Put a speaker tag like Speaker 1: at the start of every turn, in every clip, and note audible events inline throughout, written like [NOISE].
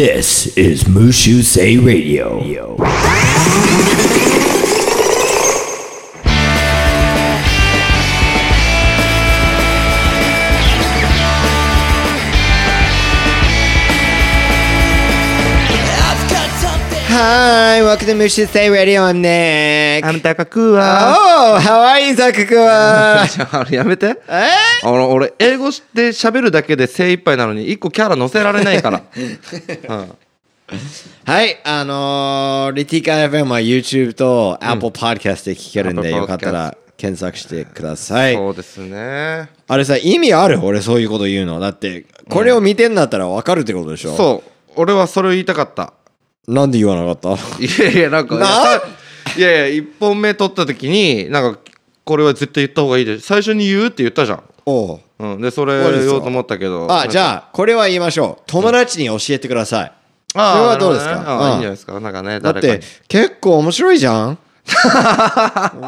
Speaker 1: This is Mushu Say Radio.
Speaker 2: はーい、Welcome to Mushu Say Radio. I'm Nick.
Speaker 3: あんたかくわ。
Speaker 2: Oh, how are you, ザク君
Speaker 1: [LAUGHS]
Speaker 2: は
Speaker 3: あれやめて。
Speaker 2: え
Speaker 3: あの俺、英語で喋るだけで精一杯なのに、一個キャラ乗せられな
Speaker 2: [LAUGHS]
Speaker 3: いから。
Speaker 2: はい、あのー、リティカ FM は YouTube と Apple Podcast で聞けるんで、
Speaker 3: Apple
Speaker 2: よかったら検索してください。
Speaker 3: そうですね。
Speaker 2: あれさ、意味ある俺そういうこと言うの。だって、これを見てんだったらわかるってことでしょ、
Speaker 3: そう。俺はそれを言いたかった。
Speaker 2: なんで言わなか
Speaker 3: [LAUGHS]
Speaker 2: った
Speaker 3: いやいや、なんか、
Speaker 2: ない
Speaker 3: やいや、一本目撮った時に、なんか、これは絶対言った方がいいで、最初に言うって言ったじゃん。
Speaker 2: おう
Speaker 3: うん。で、それ
Speaker 2: そうですよ
Speaker 3: 言おうと思ったけど。
Speaker 2: あ、じ
Speaker 3: あ、
Speaker 2: ゃあ、これは言いましょう。友達に教えてください。
Speaker 3: それ
Speaker 2: それはどうですか
Speaker 3: あ
Speaker 2: うん
Speaker 3: いいんじゃないですか。なんかね、
Speaker 2: だっ
Speaker 3: 誰かに
Speaker 2: て。、結構面白いじ
Speaker 3: [LAUGHS]
Speaker 2: ゃん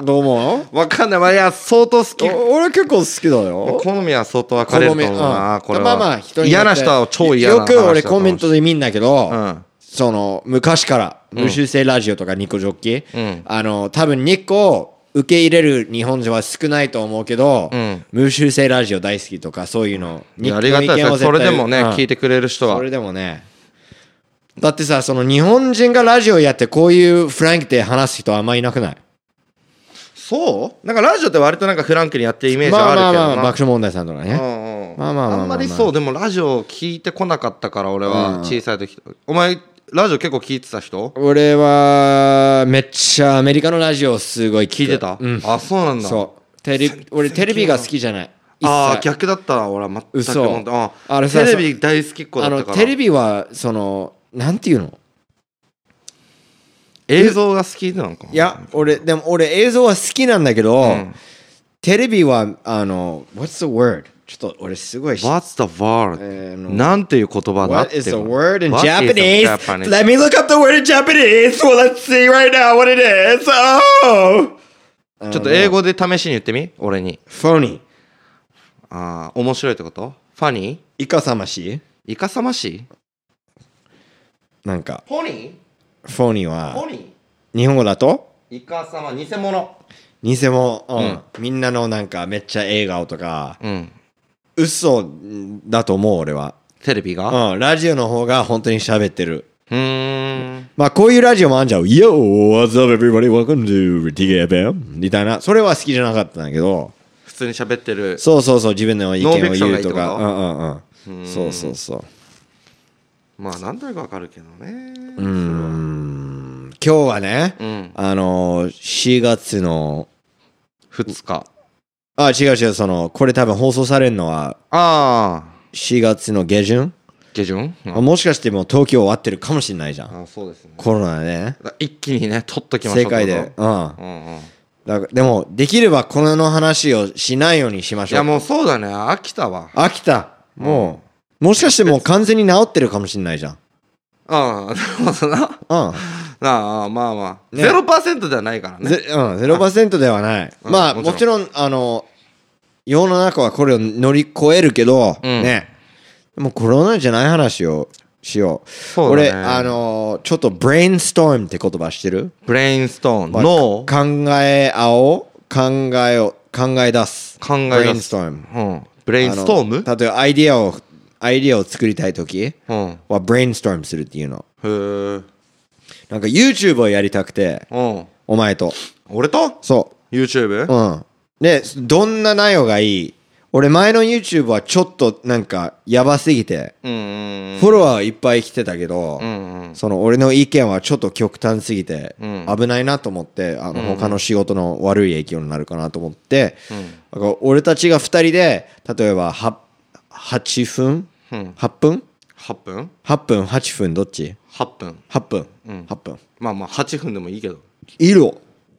Speaker 2: どう思う
Speaker 3: わかんない。まあ、いや、相当好き。
Speaker 2: お俺結構好きだよ。
Speaker 3: 好みは相当分かれると思うな、これは。
Speaker 2: まあまあ人によっ
Speaker 3: 嫌
Speaker 2: て
Speaker 3: な人は超嫌な
Speaker 2: よ
Speaker 3: 話だと
Speaker 2: く
Speaker 3: 思う
Speaker 2: 俺コメントで見んだけど、
Speaker 3: うん
Speaker 2: その昔から無修正ラジオとかニコジョッキ、
Speaker 3: ん
Speaker 2: あの多分ニコを受け入れる日本人は少ないと思うけど、
Speaker 3: うん
Speaker 2: 無修正ラジオ大好きとかそういうの
Speaker 3: いやありがたいですそれでもね、聞い
Speaker 2: て
Speaker 3: てくれる人は
Speaker 2: それでもねだってさその日本人がラジオやってこういうフランクで話す人あんまいなくない
Speaker 3: そうなんかラジオって割となんかフランクにやってるイメージ
Speaker 2: ま
Speaker 3: あ
Speaker 2: あ
Speaker 3: る
Speaker 2: まあ
Speaker 3: け
Speaker 2: まあ
Speaker 3: どな
Speaker 2: 爆笑問題さんとかね、
Speaker 3: うんうん
Speaker 2: まあまあまあまあまあ
Speaker 3: んまりそうでもラジオ聞いてこなかったから俺は小さい時お前ラジオ結構聞いてた人
Speaker 2: 俺はめっちゃアメリカのラジオすごい
Speaker 3: 聞いてた
Speaker 2: うん
Speaker 3: あそうなんだ
Speaker 2: そうテレビ俺テレビが好きじゃない
Speaker 3: ああ
Speaker 2: 一切
Speaker 3: 逆だったら俺は全く
Speaker 2: 嘘
Speaker 3: もうあ
Speaker 2: あれさ
Speaker 3: テレビ大好きっ子
Speaker 2: あ
Speaker 3: だった
Speaker 2: の
Speaker 3: から
Speaker 2: テレビはそのなんていうの
Speaker 3: 映像が好きなのかない
Speaker 2: や俺でも俺映像は好きなんだけど、テレビはあの What's the word? ちょっと俺すごいし
Speaker 3: What's the
Speaker 2: えー
Speaker 3: word?
Speaker 2: の
Speaker 3: なんていう言葉だっ
Speaker 2: What
Speaker 3: てる
Speaker 2: is the word in
Speaker 3: What is the
Speaker 2: Japanese?
Speaker 3: Japanese?
Speaker 2: Let me look up the word in Japanese. Well, let's see right now what it is. Oh,
Speaker 3: ちょっと英語で試しに言ってみ俺に
Speaker 2: phony.
Speaker 3: ああ面白いってことファニ
Speaker 2: いかさまし
Speaker 3: ーいかさましい
Speaker 2: なんか
Speaker 3: ポニ
Speaker 2: phony
Speaker 3: ーポ
Speaker 2: は
Speaker 3: ニ
Speaker 2: 日本語だと
Speaker 3: ーイカ様偽物
Speaker 2: 偽物、うんみんなのなんかめっちゃ笑顔とか
Speaker 3: うん
Speaker 2: 嘘だと思う俺は、
Speaker 3: テレビが
Speaker 2: うん、ラジオの方が本当に喋ってる
Speaker 3: うーん
Speaker 2: まあこういうラジオもあんじゃん Yo, what's up everybody? Welcome to TKFM みたいなそれは好きじゃなかったんだけど
Speaker 3: 普通に喋ってる
Speaker 2: そうそうそう自分の意見を
Speaker 3: ノーフィクション
Speaker 2: 言う
Speaker 3: がいいって
Speaker 2: と
Speaker 3: こ
Speaker 2: か
Speaker 3: と
Speaker 2: うんうんうんそうそうそう
Speaker 3: まあなんとなくわかるけどね
Speaker 2: 今日はね、
Speaker 3: うん
Speaker 2: あの4月の
Speaker 3: 2日
Speaker 2: あ違う違うそのこれ多分放送されるのは
Speaker 3: ああ
Speaker 2: 4月の下旬、
Speaker 3: 下旬うん
Speaker 2: もしかしてもう東京終わってるかもしれないじゃん
Speaker 3: あそうですね
Speaker 2: コロナでね
Speaker 3: だから一気にね取っときまし
Speaker 2: 世
Speaker 3: ょうってこと
Speaker 2: 界でうん
Speaker 3: うんうん
Speaker 2: だからでもできればこの話をしないようにしま
Speaker 3: い
Speaker 2: しょ
Speaker 3: や
Speaker 2: う
Speaker 3: もうそうだね飽きたわ
Speaker 2: 飽きたもうもしかしてもう完全に治ってるかもしれないじゃん
Speaker 3: ああでもそん [LAUGHS] な
Speaker 2: うん
Speaker 3: ああまあまあ、
Speaker 2: ね
Speaker 3: ゼロパーセントではないからね
Speaker 2: ぜうん0%ではない
Speaker 3: うん
Speaker 2: まあも
Speaker 3: も
Speaker 2: ち
Speaker 3: ち
Speaker 2: ろんあの世の中はこれを乗り越えるけど
Speaker 3: うん
Speaker 2: ねでもコロナじゃない話をしよう
Speaker 3: うだね
Speaker 2: 俺あのちょっとブレインストームって言葉してる
Speaker 3: ブレインストーン脳
Speaker 2: 考え合おう考えを考え出す
Speaker 3: 考え出
Speaker 2: ブ
Speaker 3: す
Speaker 2: レインストーム
Speaker 3: うんブレインストーム
Speaker 2: あの例えばアイディアをアイディアを作りたい時
Speaker 3: うん
Speaker 2: はブレインストームするっていうの
Speaker 3: へえ
Speaker 2: なんか YouTube をやりたくて
Speaker 3: うん
Speaker 2: お前と
Speaker 3: 俺と
Speaker 2: そ
Speaker 3: YouTube?
Speaker 2: ううんでどんな内容がいい俺前の YouTube はちょっとなんかやばすぎて
Speaker 3: うんうん
Speaker 2: フォロワーいっぱい来てたけど、
Speaker 3: うん
Speaker 2: その俺の意見はちょっと極端すぎて
Speaker 3: うん
Speaker 2: 危ないなと思ってあの他の仕事の悪い影響になるかなと思ってだから俺たちが2人で例えばは8分
Speaker 3: うん
Speaker 2: 8分
Speaker 3: 8分
Speaker 2: 8分8分どっち
Speaker 3: ?8 分
Speaker 2: ?8 分、8分
Speaker 3: まあまあ8分でもいいけど
Speaker 2: いるよ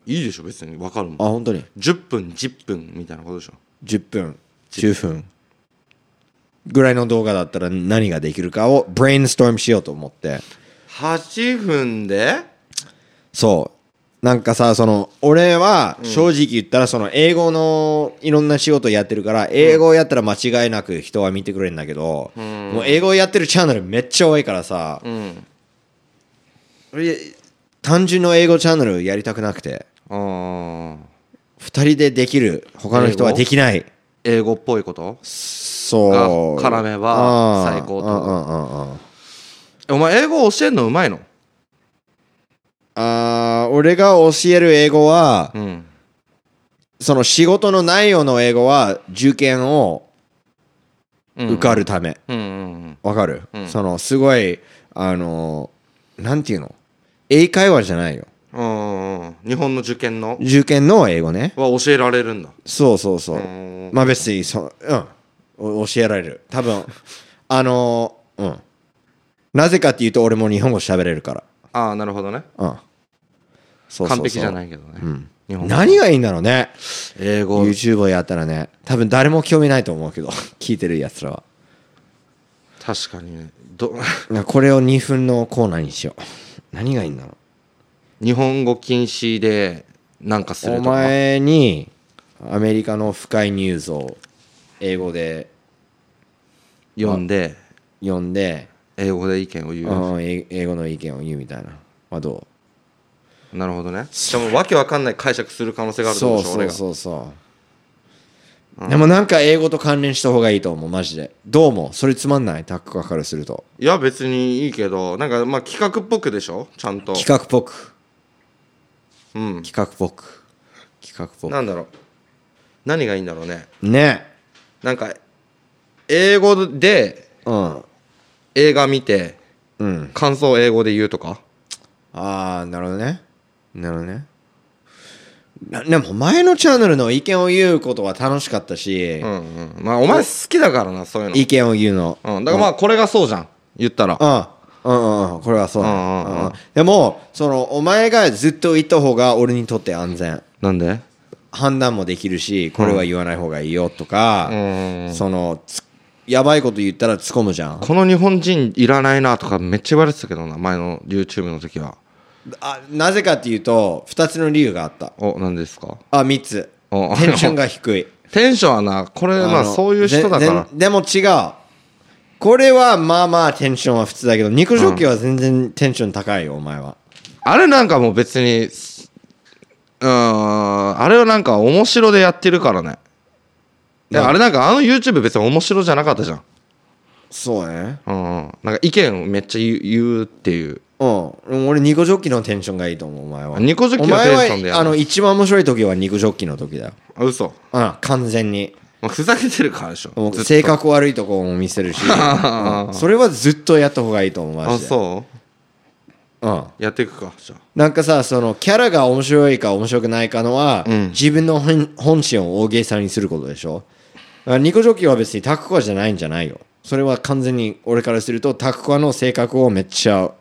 Speaker 3: いいでしょ別に分かるもん
Speaker 2: あ本当に
Speaker 3: 10分10分みたいなことでしょ
Speaker 2: 10分10分ぐらいの動画だったら何ができるかをブレインストームしようと思って
Speaker 3: 8分で
Speaker 2: そなんかさその俺は正直言ったらその英語のいろんな仕事やってるから英語やったら間違いなく人は見てくれるんだけど、もう英語やってるチャンネルめっちゃ多いからさ、
Speaker 3: うん
Speaker 2: 俺単純の英語チャンネルやりたくなくて
Speaker 3: ああ
Speaker 2: 2人でできる他の人はできない
Speaker 3: 英語っぽいこと
Speaker 2: そう
Speaker 3: が絡めば
Speaker 2: あー
Speaker 3: 最高と
Speaker 2: うんうんうんうん
Speaker 3: えお前英語教えるのうまいの
Speaker 2: あー俺が教える英語は、
Speaker 3: うん
Speaker 2: その仕事の内容の英語は受験を受かるため、
Speaker 3: うんうん
Speaker 2: わかる、
Speaker 3: うん
Speaker 2: そのすごいあのーなんていうの英会話じゃないよ
Speaker 3: うんうんうん日本の受験の
Speaker 2: 受験の英語ね
Speaker 3: は教えられるんだ
Speaker 2: そうそうそう、
Speaker 3: ん
Speaker 2: まあ別にそうんお教えられる多分 [LAUGHS] あのーうんなぜかっていうと俺も日本語喋れるから
Speaker 3: ああなるほどね
Speaker 2: うんそうそうそう
Speaker 3: 完璧じゃないけどね、日本語
Speaker 2: 何がいいんだろうね
Speaker 3: 英語
Speaker 2: YouTube をやったらね多分誰も興味ないと思うけど [LAUGHS] 聞いてるやつらは
Speaker 3: 確かにねど [LAUGHS]
Speaker 2: なこれを2分のコーナーにしよう何がいいんだろう
Speaker 3: 日本語禁止でなんかする
Speaker 2: お
Speaker 3: とか
Speaker 2: 前にアメリカの深いニュースを英語で
Speaker 3: 読んで
Speaker 2: 読んで、
Speaker 3: 英語で意見を言う
Speaker 2: うんえ英語の意見を言うみたいなはど
Speaker 3: なるほどねしかもわけわかんない解釈する可能性
Speaker 2: う
Speaker 3: があると思
Speaker 2: そう
Speaker 3: うでしょ
Speaker 2: そ
Speaker 3: 俺
Speaker 2: うそ
Speaker 3: が
Speaker 2: うそうでもなんか英語と関連した方がいいと思うマジでどうもそれつまんないタックがからすると
Speaker 3: いや別にいいけどなんかまあ企画っぽくでしょちゃんと
Speaker 2: 企画っぽく
Speaker 3: うん
Speaker 2: 企画っぽく企画っぽ
Speaker 3: なんだろう何がいいんだろうね
Speaker 2: くね
Speaker 3: なんか英語で
Speaker 2: うん
Speaker 3: 映画見て
Speaker 2: うん
Speaker 3: 感想を英語で言うとか
Speaker 2: ああなるほどねなるほどねなでも前のチャンネルの意見を言うことは楽しかったし、
Speaker 3: うんうんまあお前好きだからなそういう
Speaker 2: 意見を言うの
Speaker 3: の、うん、だからまあこれがそうじゃん言ったら
Speaker 2: うんうんうんこれはそうだ
Speaker 3: うんうんうん
Speaker 2: うんうんでもそのお前がずっと言った方が俺にとって安全
Speaker 3: なんで
Speaker 2: 判断もできるしこれは言わない方がいいよとか、
Speaker 3: うん
Speaker 2: そのつやばいこと言ったら突っ込むじゃん
Speaker 3: この日本人いらないなとかめっちゃ言われてたけどな前の YouTube の時は
Speaker 2: あなぜかっていうと2つの理由があった
Speaker 3: お何ですか
Speaker 2: あ3つ
Speaker 3: [LAUGHS] お
Speaker 2: テンションが低い
Speaker 3: テンションはなこれまあ
Speaker 2: の
Speaker 3: そういう人だから
Speaker 2: ぜぜでも違うこれはまあまあテンションは普通だけど肉食器は全然テンション高いよお前は
Speaker 3: あれなんかもう別にすうーんあれはなんか面白でやってるからねいやあれなんかあの YouTube 別に面白じゃなかったじゃん
Speaker 2: そうね
Speaker 3: うんうんなんか意見をめっちゃ言う言うっていう
Speaker 2: うん、でも俺肉ジョッキのテンションがいいと思うお前は
Speaker 3: あ肉ジョッキのテンションで
Speaker 2: お前は
Speaker 3: やる
Speaker 2: あの一番面白い時は肉ジョッキの時だよ
Speaker 3: あ嘘
Speaker 2: うん完全に
Speaker 3: まあふざけてるからでしょ
Speaker 2: もう
Speaker 3: ずっと
Speaker 2: 性格悪いとこも見せ
Speaker 3: [LAUGHS]
Speaker 2: るし、うんそれはずっとやった方がいいと思うマ
Speaker 3: あ
Speaker 2: ジで、
Speaker 3: そう
Speaker 2: ん、
Speaker 3: やっていくかじゃあ
Speaker 2: なんかさそのキャラが面白いか面白くないかのは、自分の本本心を大げさにすることでしょだからニコジョッキは別にタクコアじゃないんじゃないよそれは完全に俺からするとタクコアの性格をめっちゃ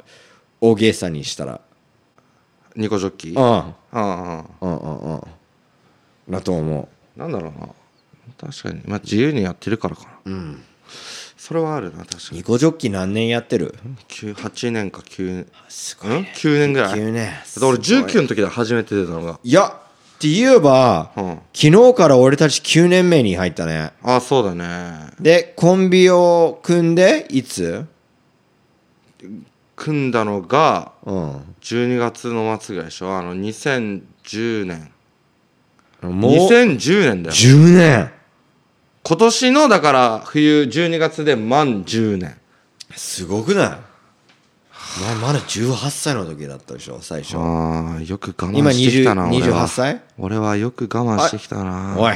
Speaker 2: 大げさにしたら
Speaker 3: ニコジョッキ
Speaker 2: う
Speaker 3: あ
Speaker 2: ん
Speaker 3: あ
Speaker 2: うんうんうんだと思
Speaker 3: なんだろうな確かにまあ自由にやってるからかなうんそれはあるな確
Speaker 2: う
Speaker 3: かに
Speaker 2: ニコジョッキ何年やってる
Speaker 3: 9 8年か9
Speaker 2: す
Speaker 3: 年ん9年ぐらい
Speaker 2: 9年
Speaker 3: だから俺19の時で初めて出たのが
Speaker 2: いやって言えば、
Speaker 3: うん
Speaker 2: 昨日から俺たち9年目に入ったね
Speaker 3: ああそうだね
Speaker 2: でコンビを組んでいつ
Speaker 3: 組んだのが
Speaker 2: うん
Speaker 3: 12月の末ぐらいでしょあの2010年
Speaker 2: もう
Speaker 3: 2010年だよ
Speaker 2: 10年
Speaker 3: 今年のだから冬12月で満10年
Speaker 2: すごくないお前まだ18歳の時だったでしょ最初
Speaker 3: ああよく我
Speaker 2: 今
Speaker 3: 慢してきたな
Speaker 2: 20
Speaker 3: 俺は
Speaker 2: 28歳
Speaker 3: 俺はよく我慢してきたな
Speaker 2: おい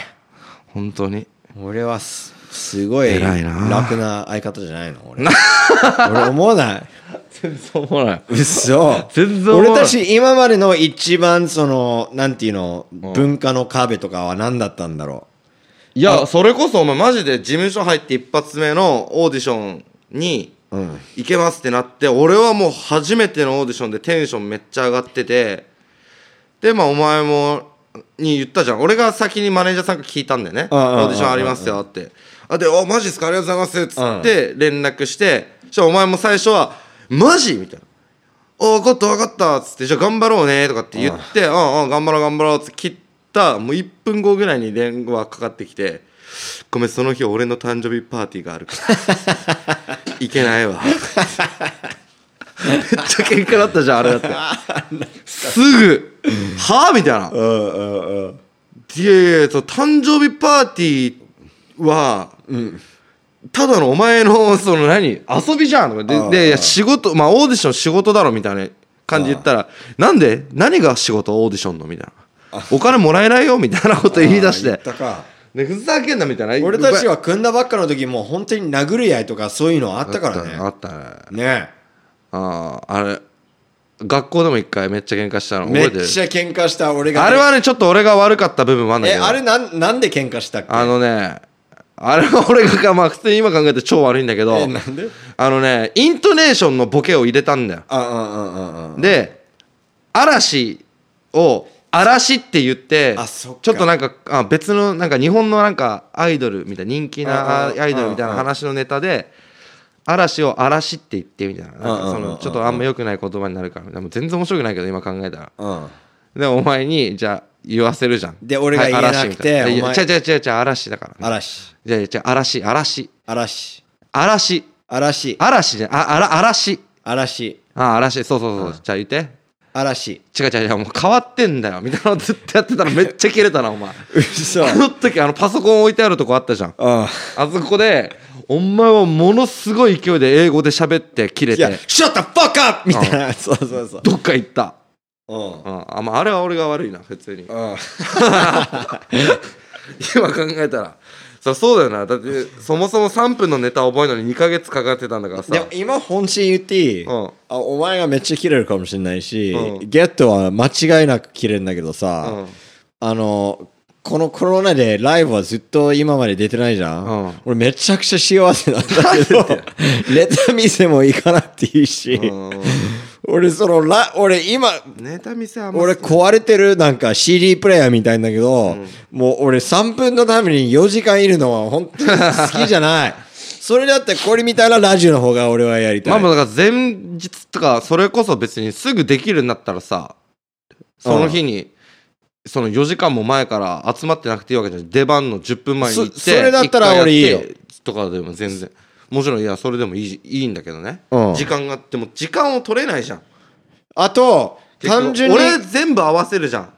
Speaker 3: 本当
Speaker 2: [LAUGHS]
Speaker 3: に
Speaker 2: 俺はすすごい
Speaker 3: 偉いな
Speaker 2: 楽な相方じゃないの俺 [LAUGHS] 俺思わない
Speaker 3: 全然思わない
Speaker 2: 嘘
Speaker 3: 全然思わない
Speaker 2: 俺たち今までの一番そのなんていうの文化の壁とかは何だったんだろ
Speaker 3: いやそれこそお前マジで事務所入って一発目のオーディションに
Speaker 2: ううん
Speaker 3: 行けますってなって俺はもう初めてのオーディションでテンションめっちゃ上がっててでまあお前もに言ったじゃん俺が先にマネージャーさんから聞いたんだよね「オ
Speaker 2: うんうんうんうん
Speaker 3: ーディションありますよ」って「あでおマジっすかありがとうございます」っつって連絡してそしたらお前も最初は「マジ?」みたいな「お分かった分かった」っつって「じゃあ頑張ろうね」とかって言って「ああああ頑張ろう頑張ろう」っつって切ったもう1分後ぐらいに電話かかってきて「ごめんその日俺の誕生日パーティーがあるから [LAUGHS] いけないわ」めっちゃ喧嘩だったじゃんあれだって [LAUGHS] すぐ「はあ?」みたいな「
Speaker 2: うんうんうん
Speaker 3: いやいやいやその誕生日パーティーは、ただのお前のその何遊びじゃんとかで
Speaker 2: ああ
Speaker 3: でいや仕事まあオーディション仕事だろみたいな感じで言ったらなんで何が仕事オーディションのみたいなお金もらえないよみたいなこと言い出し
Speaker 2: あー言
Speaker 3: て
Speaker 2: ったか
Speaker 3: でふざけんなみたいな
Speaker 2: 俺たち
Speaker 3: は
Speaker 2: は組んだばっかの時もう本当に殴り合いとかそういうのあったか
Speaker 3: あ
Speaker 2: ら
Speaker 3: ったねあったね
Speaker 2: ねね
Speaker 3: あああれ学校でも一回めっちゃ喧嘩したの覚
Speaker 2: め
Speaker 3: え
Speaker 2: って
Speaker 3: る
Speaker 2: ちゃ喧嘩した俺が
Speaker 3: あれはねちょっと俺が悪かった部分もあるんだ
Speaker 2: え
Speaker 3: けど
Speaker 2: あれなんなんで喧嘩したっけ
Speaker 3: あのね、あれは俺が、まあ普通に今考えて超悪いんだけど
Speaker 2: え、なんで
Speaker 3: あのね、イントネーションのボケを入れたんだよ。
Speaker 2: あああああ
Speaker 3: で、嵐を、嵐って言って
Speaker 2: あそっか、
Speaker 3: ちょっとなんか、あ別の、なんか日本のなんかアイドルみたいな、人気な
Speaker 2: うんうん
Speaker 3: アイドルみたいな話のネタで、嵐を嵐って言ってみたいな、なんかそ
Speaker 2: うんうんうんう
Speaker 3: の、
Speaker 2: ん
Speaker 3: ちょっとあんま良くない言葉になるから、でも全然面白くないけど、今考えたら。
Speaker 2: あうん
Speaker 3: で、お前に、じゃあ、言わせるじゃん。
Speaker 2: で俺が言えなくて
Speaker 3: はい
Speaker 2: お前
Speaker 3: 嵐みたいないや違う違う違う違う、嵐だから。
Speaker 2: 嵐
Speaker 3: じゃあ、じゃあ、嵐、嵐、
Speaker 2: 嵐
Speaker 3: 嵐、
Speaker 2: 嵐
Speaker 3: 嵐じゃん、あ、あら、嵐。
Speaker 2: 嵐
Speaker 3: あ、嵐、そうそうそう、じゃあ言って。
Speaker 2: 嵐
Speaker 3: 違う違う違う、もう変わってんだよ。みたいなのずっとやってたらめっちゃ切れたな、お前。
Speaker 2: うそ
Speaker 3: あの時、あの、パソコン置いてあるとこあったじゃん。 [LAUGHS]
Speaker 2: あ
Speaker 3: あそこで、お前はものすごい勢いで英語で喋って切れ
Speaker 2: いや
Speaker 3: て、
Speaker 2: 「Shut the fuck up!」みたいなそうそうそう
Speaker 3: どっか行った。
Speaker 2: うん
Speaker 3: うん、あ、まあ、あれは俺が悪いな、普通に。
Speaker 2: うん
Speaker 3: 今考えたら。そそうだよな。だって、そもそも3分のネタ覚えるのに2ヶ月かかってたんだからさ。
Speaker 2: でも今本心言っていい、
Speaker 3: うん
Speaker 2: あお前がめっちゃ切れるかもしれないし、
Speaker 3: うん
Speaker 2: ゲットは間違いなく切れるんだけどさ、
Speaker 3: うん
Speaker 2: あのこのコロナでライブはずっと今まで出てないじゃん、
Speaker 3: うん
Speaker 2: 俺めちゃくちゃ幸せなんだけ
Speaker 3: [LAUGHS]
Speaker 2: ど [LAUGHS] ネタ見せも行かなくていいし、
Speaker 3: うん
Speaker 2: 俺そのラ俺今
Speaker 3: ネタ見せあんま
Speaker 2: 俺壊れてるなんか CD プレイヤーみたいんだけど、もう俺3分のために4時間いるのは本当に好きじゃない
Speaker 3: [LAUGHS]
Speaker 2: それだってこれみたいなラジオの方が俺はやりたい
Speaker 3: まあまあだから前日とかそれこそ別にすぐできるんだったらさその日にその4時間も前から集まってなくていいわけじゃん出番の10分前に行って
Speaker 2: そそれだったら俺いいよ
Speaker 3: 一回やってとかでも全然もちろんいやそれでもいいいいんだけどね、
Speaker 2: うん
Speaker 3: 時間があっても時間を取れないじゃん
Speaker 2: あと、
Speaker 3: 結局
Speaker 2: 単純に。
Speaker 3: 俺全部合わせるじゃん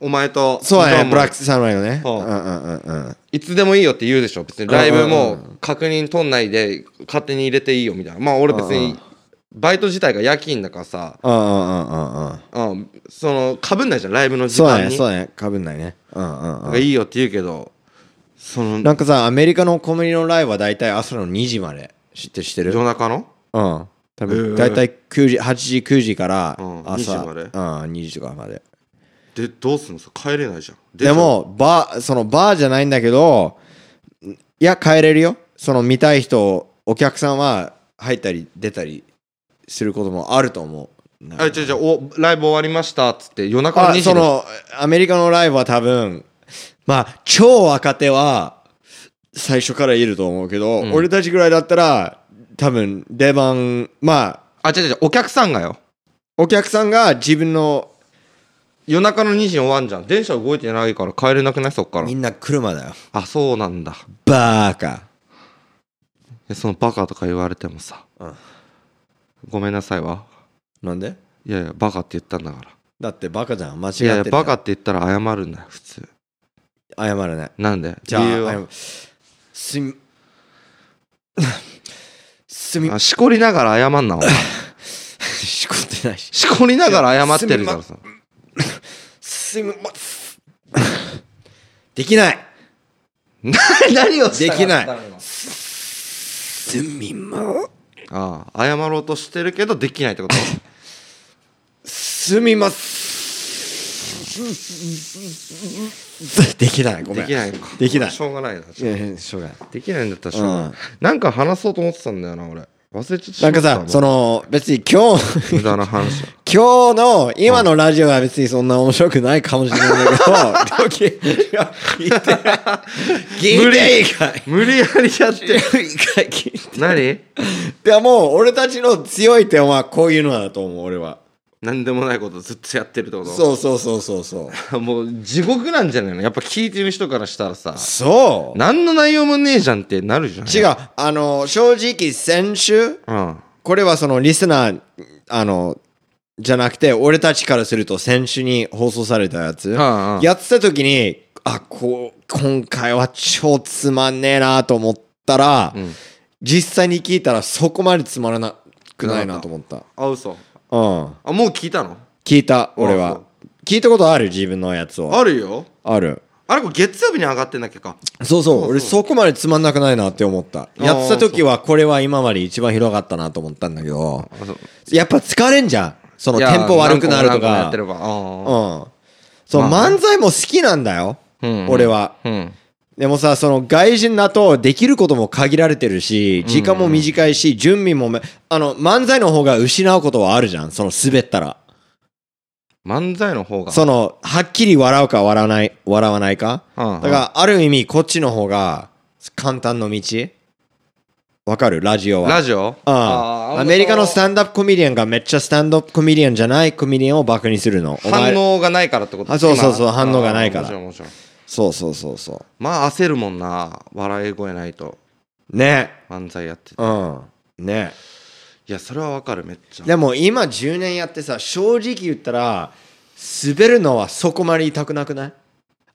Speaker 3: お前と
Speaker 2: そう
Speaker 3: 向
Speaker 2: や
Speaker 3: こ
Speaker 2: ね、
Speaker 3: も
Speaker 2: ブラックサムライのね。う
Speaker 3: うん
Speaker 2: んうんうんうん。
Speaker 3: いつでもいいよって言うでしょ別にライブ
Speaker 2: う
Speaker 3: も確認取んないで勝手に入れていいよみたいなまあ俺別にバイト自体が夜勤だからさ、
Speaker 2: うんうんうんうんうん。
Speaker 3: うん、そのかぶんないじゃんライブの時
Speaker 2: そうや
Speaker 3: 間
Speaker 2: ね、
Speaker 3: に、
Speaker 2: そうやね。かぶんないね。うんうんう
Speaker 3: が
Speaker 2: ん。
Speaker 3: いいよって言うけどその
Speaker 2: なんかさ、アメリカのコンビニのライブは大体朝の2時まで。知ってる知ってるう
Speaker 3: 夜中の
Speaker 2: ん。多分、
Speaker 3: えー
Speaker 2: 大体9時、8時、9時から
Speaker 3: うん
Speaker 2: 朝、
Speaker 3: 2時まで
Speaker 2: うん、2時とかまで。
Speaker 3: でどうすんのさ帰れないじゃん出ち
Speaker 2: で
Speaker 3: ゃう
Speaker 2: も、バー、そのバーじゃないんだけど、いや、帰れるよ。その見たい人、お客さんは入ったり出たりすることもあると思う。
Speaker 3: あ違う違うおライブ終わりましたっつって夜中の2
Speaker 2: あ
Speaker 3: 時
Speaker 2: そのアメリカのライブは多分まあ超若手は最初からいると思うけど、
Speaker 3: ん
Speaker 2: 俺たちぐらいだったら多分出番まあ
Speaker 3: あ違う違うお客さんがよ
Speaker 2: お客さんが自分の
Speaker 3: 夜中の2時に終わんじゃん電車動いてないから帰れなくないそっから
Speaker 2: みんな車だよ
Speaker 3: あそうなんだ
Speaker 2: バーカ
Speaker 3: でそのバカとか言われてもさ、ごめんなさいわ
Speaker 2: なんで
Speaker 3: いやいやバカって言ったんだから
Speaker 2: だってバカじゃん間違って
Speaker 3: い
Speaker 2: る
Speaker 3: やいやバカって言ったら謝るんだよ普通
Speaker 2: 謝らない
Speaker 3: なんで
Speaker 2: じゃあ
Speaker 3: 理由は
Speaker 2: 謝るすみすみ
Speaker 3: あしこりながら謝んな
Speaker 2: [LAUGHS]
Speaker 3: お前
Speaker 2: しこってないし
Speaker 3: しこりながら謝ってるからさ
Speaker 2: すみまできない
Speaker 3: 何を
Speaker 2: できない
Speaker 3: あ
Speaker 2: すみま
Speaker 3: あ謝ろうとしてるけどできないってこと
Speaker 2: すみます。 [LAUGHS] できない、ごめ
Speaker 3: で
Speaker 2: ん。
Speaker 3: きないのか
Speaker 2: できない
Speaker 3: しょうがないな
Speaker 2: ええしょうがない。
Speaker 3: できないんだったらしょうがない、
Speaker 2: うん
Speaker 3: なんか話そうと思ってたんだよな俺忘れちゃった
Speaker 2: なんかさ、そ
Speaker 3: の
Speaker 2: の、別に今日、
Speaker 3: [LAUGHS]
Speaker 2: [LAUGHS]
Speaker 3: 無駄な話
Speaker 2: 今日の、今のラジオは別にそんな面白くないかもしれないけど、ロキ、いや聞いて、聞いていいかい
Speaker 3: 無理やりやってる
Speaker 2: 一回聞いて。
Speaker 3: 何
Speaker 2: でももう、俺たちの強い点はこういうのだと思う、俺は。
Speaker 3: 何でもないことずっとやってるってこと
Speaker 2: そうそうそうそうそう。
Speaker 3: うもう地獄なんじゃないのやっぱ聞いてる人からしたらさ
Speaker 2: そう
Speaker 3: 何の内容もねえじゃんってなるじゃん
Speaker 2: 違う、あの、正直先週、
Speaker 3: うん
Speaker 2: これはそのリスナー、あの、じゃなくて、俺たちからすると先週に放送されたやつ、
Speaker 3: んうん
Speaker 2: やってた時に、あ、こう、今回は超つまんねえなと思ったら、
Speaker 3: ん
Speaker 2: 実際に聞いたらそこまでつまらなくないなと思った。
Speaker 3: あ嘘
Speaker 2: うん。
Speaker 3: あもう聞いたの
Speaker 2: 聞いた、
Speaker 3: うん
Speaker 2: 俺は。聞いたことある自分のやつを。
Speaker 3: あるよ
Speaker 2: ある。
Speaker 3: あれこれ月曜日に上がってんだっけか
Speaker 2: そうそ
Speaker 3: そうそう
Speaker 2: う。俺そこまでつまんなくないなって思った。
Speaker 3: ー
Speaker 2: やってた時はこれは今まで一番広がったなと思ったんだけど、やっぱ疲れんじゃん。その
Speaker 3: い
Speaker 2: テ
Speaker 3: や
Speaker 2: ンポ悪くなると
Speaker 3: 何個もや
Speaker 2: か
Speaker 3: って。ればあ
Speaker 2: うん。そう、
Speaker 3: まあね
Speaker 2: 漫才も好きなんだよ。
Speaker 3: うんうん
Speaker 2: 俺は。
Speaker 3: ーうん
Speaker 2: でもさ、その外人だとできることも限られてるし、時間も短いし、準備もめ、あの、漫才の方が失うことはあるじゃん。その滑ったら。
Speaker 3: 漫才の方が
Speaker 2: その、はっきり笑うか笑わない、笑わないか。
Speaker 3: うんうん
Speaker 2: だから、ある意味、こっちの方が、簡単の道わかるラジオは。
Speaker 3: ラジオ
Speaker 2: ああアメリカのスタンダップコメディアンがめっちゃスタンダップコメディアンじゃないコメディアンをバカにするの。お前
Speaker 3: 反応がないからってこと
Speaker 2: あそうそうそう
Speaker 3: 今
Speaker 2: 反応がないから
Speaker 3: あーもちろんもちろん
Speaker 2: そうそうそうそ
Speaker 3: まあ焦るもんな笑い声ないと
Speaker 2: う。ね。
Speaker 3: 漫才やってて
Speaker 2: うん。ね。
Speaker 3: いやそれはわかるめっちゃ
Speaker 2: でも今10年やってさ、正直言ったら、滑るのはそこまで痛くなくない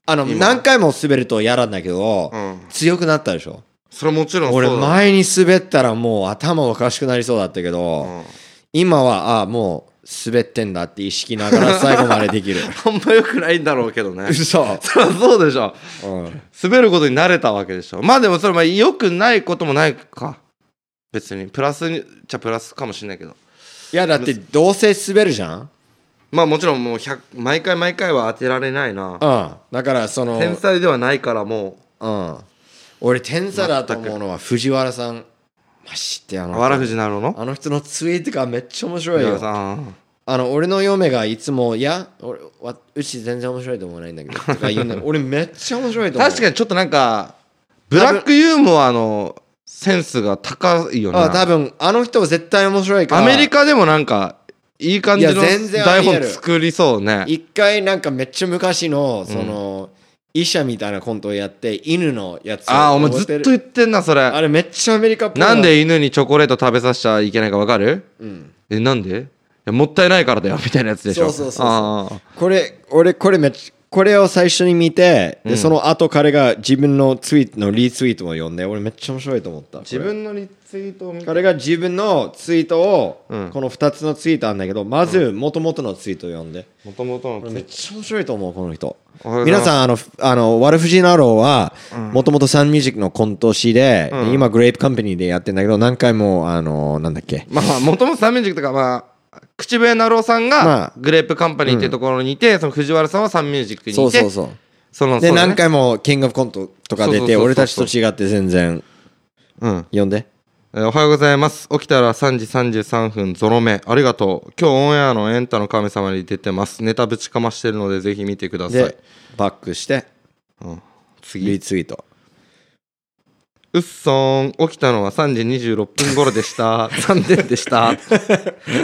Speaker 2: あの、
Speaker 3: 今
Speaker 2: 何回も滑ると嫌なんだけど、
Speaker 3: うん
Speaker 2: 強くなったでしょ
Speaker 3: それはもちろんそう
Speaker 2: 俺
Speaker 3: だ
Speaker 2: 前に滑ったらもう頭おかしくなりそうだったけど、
Speaker 3: うん
Speaker 2: 今はああもう滑ってんだって意識ながら最後までで
Speaker 3: [LAUGHS]
Speaker 2: きる
Speaker 3: あんま良くないんだろうけどね
Speaker 2: 嘘、
Speaker 3: そりゃ [LAUGHS] そうでしょ
Speaker 2: うん、
Speaker 3: 滑ることに慣れたわけでしょまあでもそれまあ良くないこともないか別にプラスにじゃプラスかもしれないけど
Speaker 2: いやだってどうせ滑るじゃん、うん、
Speaker 3: まあもちろんもう100毎回毎回は当てられないな
Speaker 2: だからその、
Speaker 3: 天才ではないからも
Speaker 2: うん、俺天才だと思うのは藤原さんマジってあ
Speaker 3: う
Speaker 2: の
Speaker 3: わらふじなるの
Speaker 2: あの人のツイートがめっちゃ面白い
Speaker 3: 藤原
Speaker 2: よ
Speaker 3: さん
Speaker 2: あの俺の嫁がいつも「いや俺わうち全然面白いと思わないんだけ
Speaker 3: [LAUGHS]
Speaker 2: ど」とか言うんだけど俺めっちゃ面白いと思う
Speaker 3: 確かにちょっとなんかブラックユーモアのセンスが高いよね
Speaker 2: あ多分あの人は絶対面白いから
Speaker 3: アメリカでもなんかいい感じの
Speaker 2: いや全然あ
Speaker 3: 台
Speaker 2: り得る
Speaker 3: 本作りそうね
Speaker 2: 一回なんかめっちゃ昔のその、医者みたいなコントをやって犬のやつを
Speaker 3: ああお前ずっと言ってんなそれ
Speaker 2: あれめっちゃアメリカっぽい
Speaker 3: なんで犬にチョコレート食べさせちゃいけないかわかる
Speaker 2: うん
Speaker 3: えなんでいやもったいないからだよみたいなやつでしょ
Speaker 2: そうそうそうそう
Speaker 3: ああ
Speaker 2: これ俺これめっちゃこれを最初に見て、でその後彼が自分のツイートのリツイートも読んで俺めっちゃ面白いと思ったこれ
Speaker 3: 自分のリツイートを見て
Speaker 2: 彼が自分のツイートを、
Speaker 3: うん
Speaker 2: この2つのツイートあるんだけどまず元々のツイートを読んで、
Speaker 3: もともとの
Speaker 2: めっちゃ面白いと思うこの人
Speaker 3: おはようござ
Speaker 2: 皆
Speaker 3: います
Speaker 2: さんあのふあの悪藤ナローはもともとサンミュージックのコント師で、
Speaker 3: うん
Speaker 2: 今グレープカンパニーでやってんだけど何回もあのなんだっけ
Speaker 3: まあもともと三ミュージックとかまあ口笛なろうさん
Speaker 2: ま
Speaker 3: が
Speaker 2: あ
Speaker 3: グレープカンパニーっていうところにいて、その藤原さんはサンミュージックにいて
Speaker 2: そうそうそう
Speaker 3: その
Speaker 2: で、
Speaker 3: そうだね
Speaker 2: 何回もキングオブコントとか出
Speaker 3: そうそうそう
Speaker 2: て
Speaker 3: そう
Speaker 2: 俺たちと違って全然
Speaker 3: うん
Speaker 2: 呼んで
Speaker 3: えーおはようございます起きたら3時33分ゾロ目ありがとう今日オンエアのエンタの神様に出てますネタぶちかましてるのでぜひ見てください
Speaker 2: でバックしてリ
Speaker 3: 次
Speaker 2: ツイート
Speaker 3: うっそーん起きたのは3時26分頃でした
Speaker 2: [LAUGHS]
Speaker 3: 3点でした [LAUGHS]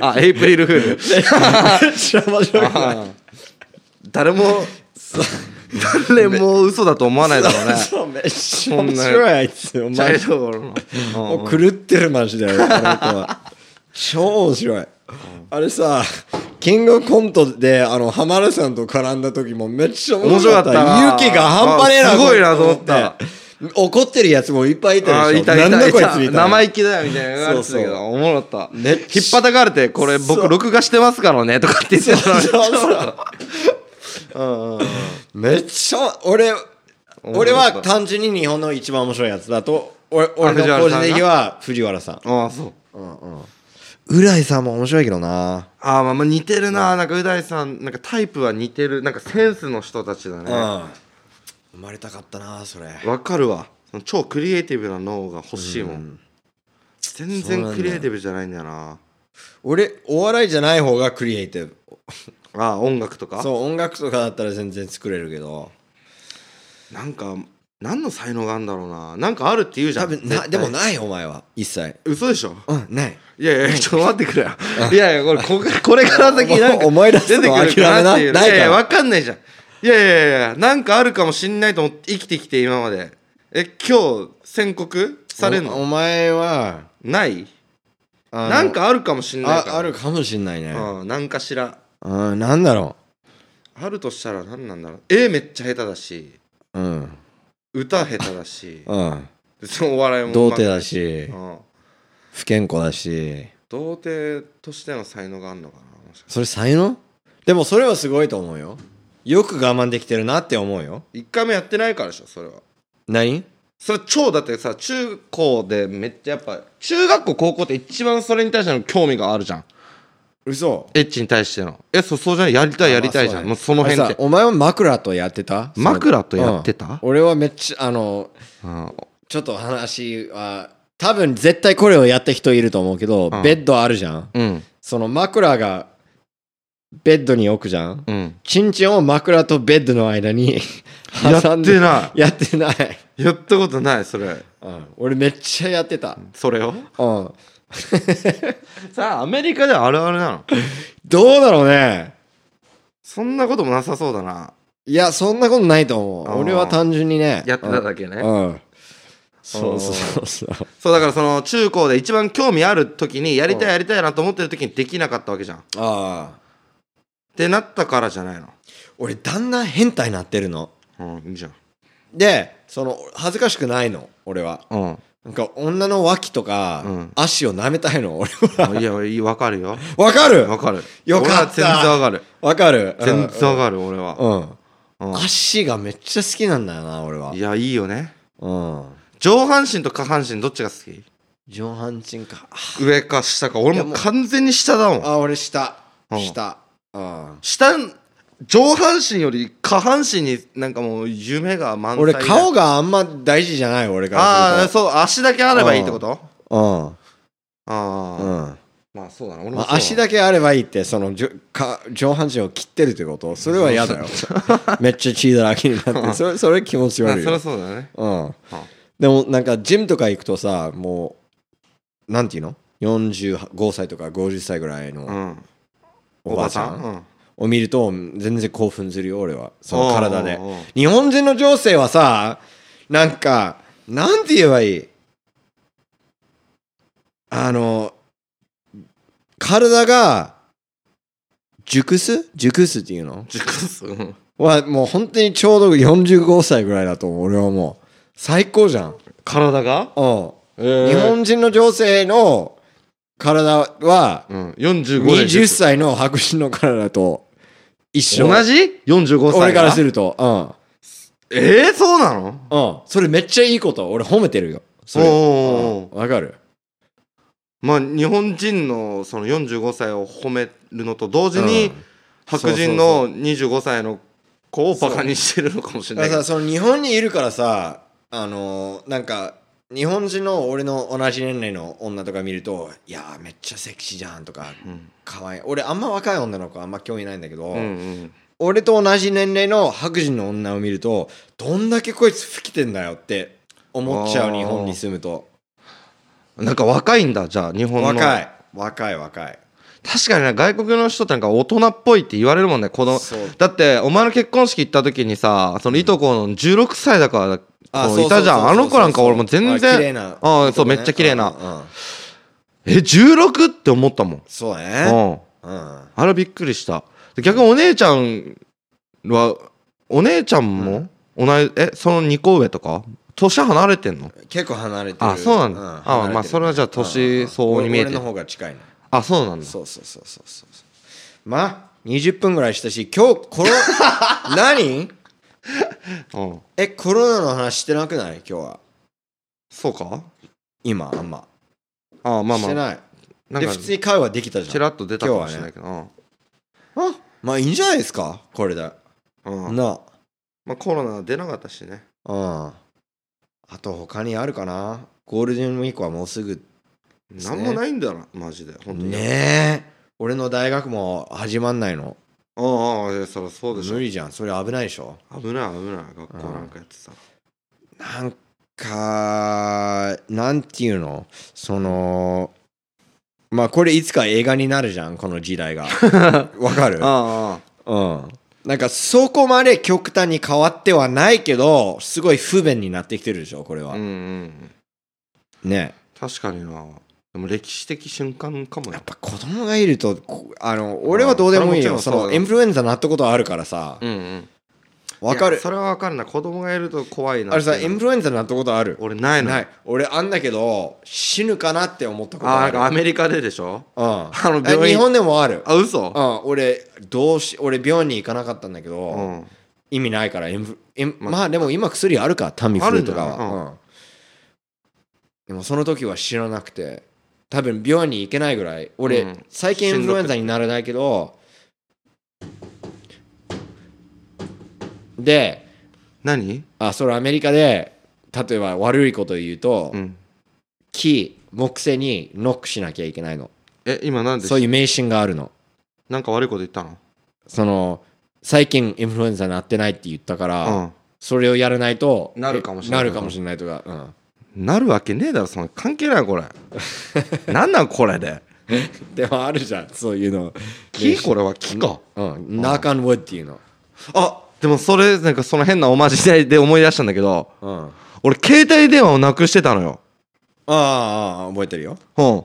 Speaker 3: あエイプリルフー
Speaker 2: [LAUGHS]
Speaker 3: ルあー誰も誰も嘘だと思わないだろう
Speaker 2: [LAUGHS]
Speaker 3: ね
Speaker 2: そうめっちゃ
Speaker 3: こんな
Speaker 2: 面白いあいつお
Speaker 3: 茶
Speaker 2: 前
Speaker 3: 色い頃の
Speaker 2: もう狂ってるマジであの子
Speaker 3: [LAUGHS]
Speaker 2: は超面白いあれさキングオブコントであの浜田さんと絡んだ時もめっちゃ面白かった
Speaker 3: 面白かったな
Speaker 2: 勇気が半端ねえな
Speaker 3: あすごいな
Speaker 2: こと怒ってるやつもいっぱいい
Speaker 3: [LAUGHS] あ
Speaker 2: た
Speaker 3: ー
Speaker 2: でし
Speaker 3: い
Speaker 2: ょ
Speaker 3: たいた
Speaker 2: なんだこいつ
Speaker 3: い
Speaker 2: み
Speaker 3: た
Speaker 2: たいな
Speaker 3: 生意気だよみたいな言われてたけ
Speaker 2: そう
Speaker 3: ど
Speaker 2: そ
Speaker 3: おもろかった
Speaker 2: ね
Speaker 3: 引っぱたかれてこれ
Speaker 2: そ
Speaker 3: 僕
Speaker 2: う
Speaker 3: 録画してますからねとかって言ってたのに
Speaker 2: [LAUGHS] そうそうめっちゃ俺俺
Speaker 3: 面白か
Speaker 2: は
Speaker 3: った
Speaker 2: 単純に日本の一番面白いやつだと俺俺
Speaker 3: 藤
Speaker 2: の
Speaker 3: 原
Speaker 2: 個人
Speaker 3: さんが
Speaker 2: 的には藤原さん
Speaker 3: ああそう
Speaker 2: 浦井さんも面白いけどな
Speaker 3: あーまあまあ似てるななんかう大さんなんかタイプは似てるなんかセンスの人たちだ
Speaker 2: うん
Speaker 3: ね
Speaker 2: 生まれたかったなそれ
Speaker 3: わかるわその超クリエイティブな脳が欲しいもん全然クリエイティブじゃないんだよな
Speaker 2: 俺お笑いじゃない方がクリエイティブ
Speaker 3: ああ音楽とか
Speaker 2: そう音楽とかだったら全然作れるけど
Speaker 3: なんか何の才能があるんだろうななんかあるって言うじゃ
Speaker 2: 多
Speaker 3: ん
Speaker 2: 分
Speaker 3: 絶
Speaker 2: な
Speaker 3: 対
Speaker 2: でもないお前は一切
Speaker 3: 嘘でしょ
Speaker 2: うんない
Speaker 3: いやいやちょっと待ってくれよいやいやこれここれから先なんか
Speaker 2: お思い出す
Speaker 3: 出
Speaker 2: の
Speaker 3: てくるかなってい
Speaker 2: 諦めなない
Speaker 3: う
Speaker 2: から
Speaker 3: いやいやわかんないじゃんいやいやいやいやなんかあるかもしんないと思って生きてきて今までえ今日宣告される
Speaker 2: おお
Speaker 3: の
Speaker 2: 前は
Speaker 3: ない
Speaker 2: あの
Speaker 3: なんかあるかもしんない
Speaker 2: あ
Speaker 3: から
Speaker 2: あるかもしんないね
Speaker 3: うんなんかしら
Speaker 2: うんなんだろ
Speaker 3: あるとしたら何なんだろう絵めっちゃ下手だし
Speaker 2: ううん
Speaker 3: 歌下手だし
Speaker 2: うん
Speaker 3: そのお笑いも
Speaker 2: 童貞だし
Speaker 3: うん
Speaker 2: 不健康だし
Speaker 3: 童貞としての才能があるのかなもしかして
Speaker 2: それ才能でもそれはすごいと思うよよく我慢できてるなって思うよ
Speaker 3: 一回もやってないからでしょそれは
Speaker 2: 何
Speaker 3: それ超だってさ中高でめっちゃやっぱ中学校高校って一番それに対しての興味があるじゃん
Speaker 2: 嘘
Speaker 3: エッチに対してのえそうそうじゃないやりたいやりたいじゃんもうその辺
Speaker 2: あ
Speaker 3: っ
Speaker 2: れさ
Speaker 3: て
Speaker 2: お前は枕とやってた
Speaker 3: 枕とやってた
Speaker 2: うん俺はめっちゃあの
Speaker 3: うん
Speaker 2: ちょっと話は多分絶対これをやった人いると思うけど、
Speaker 3: うん
Speaker 2: ベッドあるじゃん
Speaker 3: うん
Speaker 2: その枕がベッドに置くじゃん
Speaker 3: うん
Speaker 2: チンチンを枕とベッドの間に [LAUGHS]
Speaker 3: や
Speaker 2: 挟ん
Speaker 3: っ
Speaker 2: で
Speaker 3: てな
Speaker 2: やってない、
Speaker 3: いやったことないそれ
Speaker 2: うん、俺めっちゃやってた、
Speaker 3: それ
Speaker 2: う
Speaker 3: を
Speaker 2: ん、
Speaker 3: さあアメリカではあるあるなの
Speaker 2: どうだろうね
Speaker 3: そんなこともなさそうだない
Speaker 2: やそんなことないと思
Speaker 3: あー
Speaker 2: う俺は単純にね
Speaker 3: やってただけね
Speaker 2: うんそうそうそう
Speaker 3: [LAUGHS]
Speaker 2: そう
Speaker 3: そうだからその中高で一番興味ある時にやりたいやりたいなと思ってる時にできなかったわけじゃんっ
Speaker 2: ああ
Speaker 3: てなったからじゃないの
Speaker 2: 俺だんだん変態になってるの
Speaker 3: うんいいじゃん
Speaker 2: でその恥ずかしくないの俺は
Speaker 3: うん
Speaker 2: なんか女の脇とか、
Speaker 3: うん
Speaker 2: 足を舐めたいの俺は [LAUGHS]
Speaker 3: いやいいわかる [LAUGHS] よ
Speaker 2: わかる
Speaker 3: わかる
Speaker 2: よかった
Speaker 3: 俺は全然わかる
Speaker 2: わかる
Speaker 3: 全然わかる俺
Speaker 2: う
Speaker 3: は、
Speaker 2: ん、うん
Speaker 3: うん
Speaker 2: 足がめっちゃ好きなんだよな俺はい
Speaker 3: やいいよね
Speaker 2: うん
Speaker 3: 上半身と下半身どっちが好き
Speaker 2: 上半身かあ
Speaker 3: 上か下か俺
Speaker 2: いやも
Speaker 3: も
Speaker 2: う
Speaker 3: 完全に下だもん
Speaker 2: あ俺下
Speaker 3: うん
Speaker 2: 下うん
Speaker 3: 下上半身より下半身になんかもう夢が満載
Speaker 2: 俺顔
Speaker 3: が
Speaker 2: があんま大事じゃない俺から
Speaker 3: ああ
Speaker 2: する
Speaker 3: そう足だけあればいいってこと
Speaker 2: とう
Speaker 3: ああ、
Speaker 2: んうん
Speaker 3: まあそうだな俺も
Speaker 2: ま
Speaker 3: そう
Speaker 2: あ、足だけあればいいってそのじょか上半身を切ってるってことそれは嫌だよめっちゃ血だらけになっ
Speaker 3: [LAUGHS]
Speaker 2: てそれそれ気持ち
Speaker 3: け
Speaker 2: 悪い
Speaker 3: そりゃ
Speaker 2: よ、
Speaker 3: そうだね
Speaker 2: うん、でもなんかジムとか行くとさもうなんていうの45歳とか50歳ぐらいの
Speaker 3: うん
Speaker 2: おばあちゃ
Speaker 3: おば
Speaker 2: ん
Speaker 3: うん
Speaker 2: を見ると全然興奮するよ俺はその体で
Speaker 3: おうおうおう
Speaker 2: 日本人の情勢はさなんかなんて言えばいいあの体が熟す熟すっていうの
Speaker 3: 熟すうん
Speaker 2: はもう本当にちょうど45歳ぐらいだと思う俺はもう最高じゃん
Speaker 3: 体が
Speaker 2: うん
Speaker 3: えー
Speaker 2: 日本人の女性の体は
Speaker 3: うん45で
Speaker 2: 20歳の白人の体と一緒
Speaker 3: 同じ ?45 歳が
Speaker 2: 俺からすると
Speaker 3: ええそうなの
Speaker 2: うんうんそれめっちゃいいこと俺褒めてるよそ
Speaker 3: おう
Speaker 2: れ
Speaker 3: おうお
Speaker 2: う
Speaker 3: う
Speaker 2: んわかる
Speaker 3: まあ日本人のその45歳を褒めるのと同時に、
Speaker 2: うん
Speaker 3: 白人の25歳の子をバカにしてるのかもし
Speaker 2: だ
Speaker 3: れ
Speaker 2: か
Speaker 3: な
Speaker 2: ら
Speaker 3: いけど
Speaker 2: さその日本にいるからさあのーなんか日本人の俺の同じ年齢の女とか見ると「いやーめっちゃセクシーじゃん」とか
Speaker 3: うん
Speaker 2: 「かわいい」俺あんま若い女の子あんま興味ないんだけど、
Speaker 3: うんうん
Speaker 2: 俺と同じ年齢の白人の女を見るとどんだけこいつ老けてんだよって思っちゃ
Speaker 3: あ
Speaker 2: う
Speaker 3: ー
Speaker 2: 日本に住むと
Speaker 3: なんか若いんだじゃあ日本の
Speaker 2: 若い若い若い
Speaker 3: 確かにね外国の人ってなんか大人っぽいって言われるもんねこの
Speaker 2: そう
Speaker 3: だってお前の結婚式行った時にさそのいとこの16歳だからこういたじゃんあの子なんか俺も全
Speaker 2: あ綺麗
Speaker 3: 然
Speaker 2: な
Speaker 3: ああそう
Speaker 2: いいとこね
Speaker 3: めっちゃ綺麗な
Speaker 2: うんうん
Speaker 3: え 16? って思ったもん
Speaker 2: そうだ
Speaker 3: う
Speaker 2: ね
Speaker 3: ん
Speaker 2: うん
Speaker 3: あれびっくりしたで逆にお姉ちゃんはお姉ちゃんも、同いえその2個上とか年離れてんの
Speaker 2: 結構離れてる
Speaker 3: あそうなんだ、
Speaker 2: 離れてる
Speaker 3: あまあそれはじゃあ年相応に見えて
Speaker 2: うんうん俺
Speaker 3: る
Speaker 2: の方が近いな
Speaker 3: あそうなんだ
Speaker 2: そうそうそうそうそうまあ20分ぐらいしたし今日コロ [LAUGHS] 何
Speaker 3: うん
Speaker 2: えコロナの話してなくない今日は
Speaker 3: そうか
Speaker 2: 今あんま
Speaker 3: あまあ
Speaker 2: して
Speaker 3: まあ
Speaker 2: ない
Speaker 3: なん
Speaker 2: で
Speaker 3: か
Speaker 2: 普通に会話できたじゃん
Speaker 3: ちらっと出たかもしれないけど、
Speaker 2: あまあいいんじゃないですかこれで
Speaker 3: うんうん
Speaker 2: な
Speaker 3: まあ、コロナ出なかったしね
Speaker 2: あうんあと他にあるかなゴールデンウィークはもうすぐですね
Speaker 3: 何もないんだなマジで本当に
Speaker 2: ねえ俺の大学も始まんないの
Speaker 3: ああああいやそりゃそうでしょ
Speaker 2: 無理じゃんそれ危ないでしょ
Speaker 3: 危ない危ない学校なんかやってたら
Speaker 2: なんかなんていうのそのまあこれいつか映画になるじゃんこの時
Speaker 3: [LAUGHS]
Speaker 2: 代がわかる
Speaker 3: あ
Speaker 2: うんなんかそこまで極端に変わってはないけどすごい不便になってきてるでしょこれ
Speaker 3: あ
Speaker 2: は、
Speaker 3: うんうん
Speaker 2: ね
Speaker 3: 確かになでも歴史的瞬間かも
Speaker 2: や
Speaker 3: よ
Speaker 2: っぱ子供がいるとこあの俺はどうでもいいよ
Speaker 3: まあ
Speaker 2: そ
Speaker 3: それはもち
Speaker 2: のイ
Speaker 3: ろんそう
Speaker 2: ンフルエンザなったことあるからさ
Speaker 3: うんうん
Speaker 2: わか
Speaker 3: い
Speaker 2: る
Speaker 3: やそれはわかるな子供がいると怖いな
Speaker 2: あれさイ
Speaker 3: ってな
Speaker 2: ンフルエンザなったことある
Speaker 3: 俺ないの
Speaker 2: ない俺あんだけど死ぬかなって思ったことあ
Speaker 3: あなん
Speaker 2: る
Speaker 3: かアメリカででしょ
Speaker 2: うん、あ
Speaker 3: の病院
Speaker 2: 日本でもある
Speaker 3: あ嘘
Speaker 2: うん、俺どうし俺病院に行かなかったんだけど、
Speaker 3: うん
Speaker 2: 意味ないからインフイン
Speaker 3: ま
Speaker 2: まあでも今薬あるかタミフルとか
Speaker 3: あるんじゃ
Speaker 2: は
Speaker 3: な
Speaker 2: う
Speaker 3: い
Speaker 2: ん、でもその時は知らなくて多分病院に行けないぐらい俺、
Speaker 3: うん
Speaker 2: 最近インフルエンザにならないけどで
Speaker 3: 何
Speaker 2: あそれアメリカで例えば悪いこと言うと、
Speaker 3: うん
Speaker 2: 木木星にノックしなきゃいけないの
Speaker 3: え今なんで
Speaker 2: そういう迷信があるの
Speaker 3: なんか悪いこと言ったの
Speaker 2: その最近インフルエンザなってないって言ったから、それをやらないと
Speaker 3: なるかもしれな
Speaker 2: な
Speaker 3: い
Speaker 2: るかもしれないとか、うん
Speaker 3: うんなるわけねえだろその関係ないこ [LAUGHS] れなんなんこれで
Speaker 2: でもあるじゃんそういうの
Speaker 3: 木これは木か
Speaker 2: うんナーカンウォッっていうの
Speaker 3: あでもそれなんかその変なおまじないで思い出したんだけど
Speaker 2: うんあ
Speaker 3: 俺携帯電話をなくしてたのよ
Speaker 2: あ覚えてるよ
Speaker 3: うん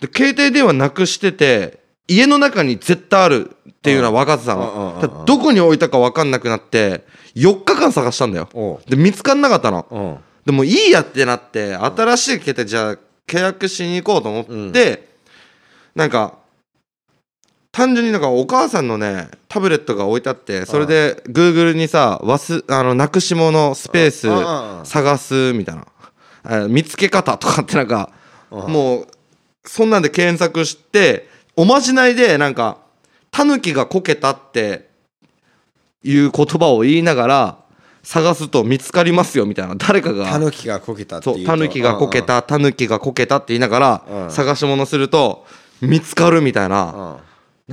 Speaker 3: で携帯電話なくしてて家の中に絶対あるっていうのは分かってた
Speaker 2: うんうんうんう
Speaker 3: の
Speaker 2: ん
Speaker 3: だからどこに置いたか分かんなくなって4日間探したんだよ
Speaker 2: おう
Speaker 3: で見つかんなかったの
Speaker 2: うん
Speaker 3: でもいいやってなって新しい携帯じゃあ契約しに行こうと思って、
Speaker 2: うん
Speaker 3: なんか単純になんかお母さんのねタブレットが置いてあってそれで Google にさ忘あのなくし物スペース
Speaker 2: ああ
Speaker 3: 探すみたいなあ見つけ方とかってなんか
Speaker 2: うん
Speaker 3: もうそんなんで検索しておまじないでなんかタヌキがこけたっていう言葉を言いながら探すと見つかりますよみたいな誰かが
Speaker 2: タヌキがこけたっていう
Speaker 3: そう
Speaker 2: と
Speaker 3: タヌキがこけたタヌキがこけたって言いなが
Speaker 2: うん
Speaker 3: ら探し物すると見つかるみたい
Speaker 2: うんう
Speaker 3: なん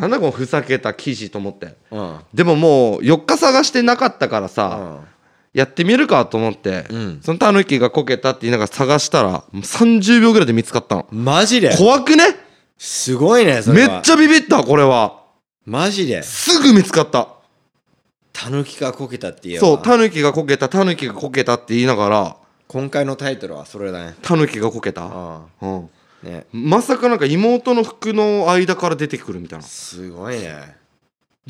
Speaker 3: なんだこのふざけた記事と思って
Speaker 2: うん
Speaker 3: でももう4日探してなかったから
Speaker 2: う
Speaker 3: さ
Speaker 2: ん
Speaker 3: やってみるかと思って
Speaker 2: うん
Speaker 3: そのタヌキがこけたって言いながら探したらもう30秒ぐらいで見つかったの
Speaker 2: マジで
Speaker 3: 怖くね
Speaker 2: すごいねそ
Speaker 3: め
Speaker 2: れ
Speaker 3: っ
Speaker 2: は
Speaker 3: ちゃビビったこれは
Speaker 2: マジです
Speaker 3: ぐ見つかった
Speaker 2: タヌキがこけたって言えば
Speaker 3: そうタヌキがこけたタヌキがこけたって言いながら
Speaker 2: 今回のタイトルはそれだね
Speaker 3: タヌキがこけた、
Speaker 2: あ
Speaker 3: うん、
Speaker 2: あね
Speaker 3: まさかなんか妹の服の間から出てくるみたいな
Speaker 2: すごいね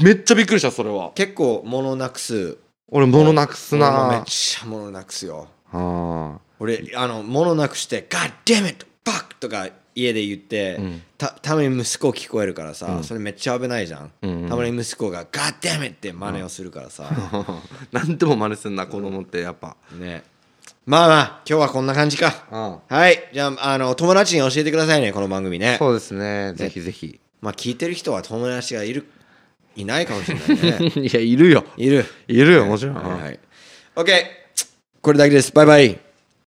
Speaker 3: めっちゃびっくりしたそれは
Speaker 2: 結構物なくす
Speaker 3: 俺物なくす
Speaker 2: 俺もめっ
Speaker 3: な
Speaker 2: ちゃ物なくすよ
Speaker 3: あー
Speaker 2: 俺あの物なくして「God damn it! バック!」とか家で言って、
Speaker 3: うん
Speaker 2: たたまに息子聞こえるからさ、それめっちゃ危ないじゃん、
Speaker 3: うんうん
Speaker 2: たまに息子が「God damn it!」って真似をするからさ、
Speaker 3: 何でも真似すんな子供ってやっぱ
Speaker 2: ねまあまあ今日はこんな感じか、
Speaker 3: うん
Speaker 2: はいじゃああの友達に教えてくださいねこの番組ね
Speaker 3: そうですねぜひぜひ
Speaker 2: まあ聞いてる人は友達がいるいないかもしれない
Speaker 3: [LAUGHS]
Speaker 2: ね
Speaker 3: [LAUGHS] いやいるよ
Speaker 2: いる
Speaker 3: いるよもちろん
Speaker 2: はい、はい、OK これだけですバイバイ